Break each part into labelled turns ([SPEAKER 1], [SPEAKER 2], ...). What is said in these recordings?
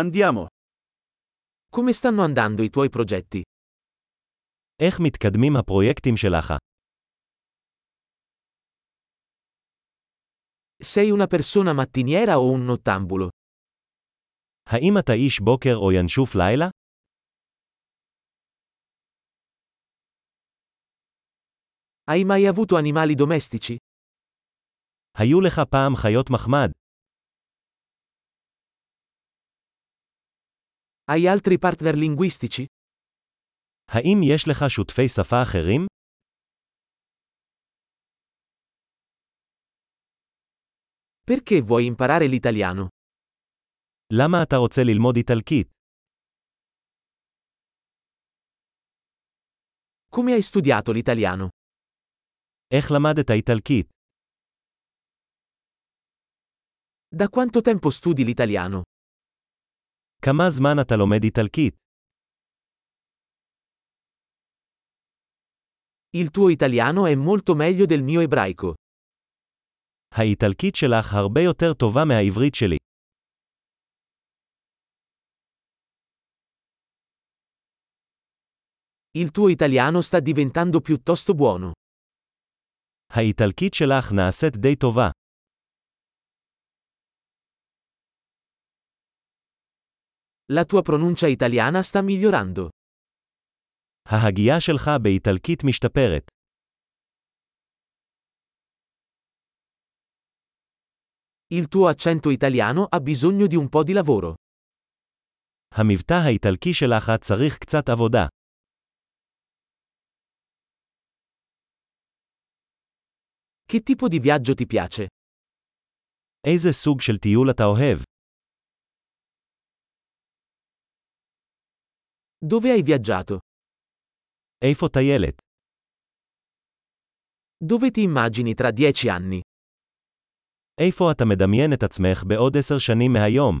[SPEAKER 1] Andiamo.
[SPEAKER 2] Come stanno andando i tuoi progetti?
[SPEAKER 3] איך מתקדמים הפרויקטים שלך?
[SPEAKER 2] Sei una persona mattiniera o un nottambulo?
[SPEAKER 3] האם אתה איש בוקר או ינשוף לילה?
[SPEAKER 2] Hai mai avuto animali domestici?
[SPEAKER 3] היו לך פעם חיות מחמד?
[SPEAKER 2] Hai altri partner linguistici?
[SPEAKER 3] האם יש לך שותפי שפה אחרים?
[SPEAKER 2] Perché vuoi imparare l'italiano?
[SPEAKER 3] למה אתה רוצה ללמוד איטלקית?
[SPEAKER 2] Come hai studiato l'italiano?
[SPEAKER 3] איך למדת איטלקית?
[SPEAKER 2] Da quanto tempo studi l'italiano?
[SPEAKER 3] כמה זמן אתה לומד איטלקית?
[SPEAKER 2] Il tuo italiano è molto meglio del mio ebraico.
[SPEAKER 3] האיטלקית שלך הרבה יותר טובה מהעברית שלי.
[SPEAKER 2] Il tuo italiano sta diventando piuttosto buono.
[SPEAKER 3] האיטלקית שלך נעשית די טובה.
[SPEAKER 2] La tua pronuncia italiana sta migliorando.
[SPEAKER 3] ההגייה שלך באיטלקית משתפרת.
[SPEAKER 2] Il tuo accento italiano ha bisogno di un po' di lavoro.
[SPEAKER 3] המבטא האיטלקי שלך צריך קצת עבודה.
[SPEAKER 2] Che tipo di viaggio ti piace?
[SPEAKER 3] איזה סוג של טיול אתה אוהב?
[SPEAKER 2] Dove hai viaggiato?
[SPEAKER 3] איפה טיילת?
[SPEAKER 2] Dove ti immagini tra dieci anni?
[SPEAKER 3] איפה אתה מדמיין את עצמך בעוד עשר שנים מהיום?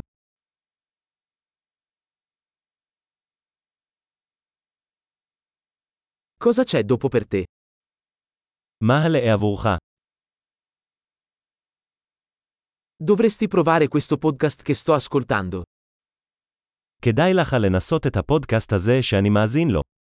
[SPEAKER 2] Cosa c'è dopo per te?
[SPEAKER 3] מה הלאה עבורך?
[SPEAKER 2] Dovresti provare questo podcast che sto ascoltando.
[SPEAKER 3] כדאי לך לנסות את הפודקאסט הזה שאני מאזין לו.